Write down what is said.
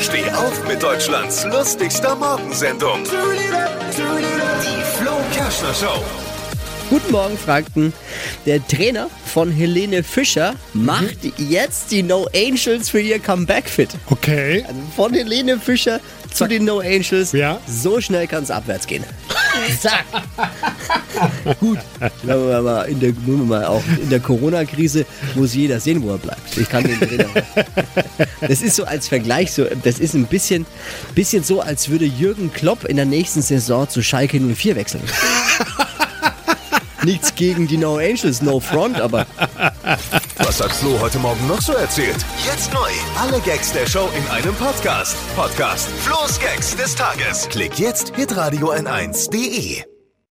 Steh auf mit Deutschlands lustigster Morgensendung. Die Flo Kerschner Show. Guten Morgen, Franken. Der Trainer von Helene Fischer macht jetzt die No Angels für ihr Comeback fit. Okay. Von Helene Fischer zu den No Angels. Ja. So schnell kann es abwärts gehen. Zack. Gut. Ich glaube, wir mal in der, nur mal auch in der Corona-Krise muss jeder sehen, wo er bleibt. Ich kann den Trainer. Das ist so als Vergleich, so, das ist ein bisschen, bisschen so, als würde Jürgen Klopp in der nächsten Saison zu Schalke 04 wechseln. Nichts gegen die No Angels, No Front, aber Was hat Flo heute Morgen noch so erzählt? Jetzt neu. Alle Gags der Show in einem Podcast. Podcast Flo's Gags des Tages. Klick jetzt hitradio n1.de.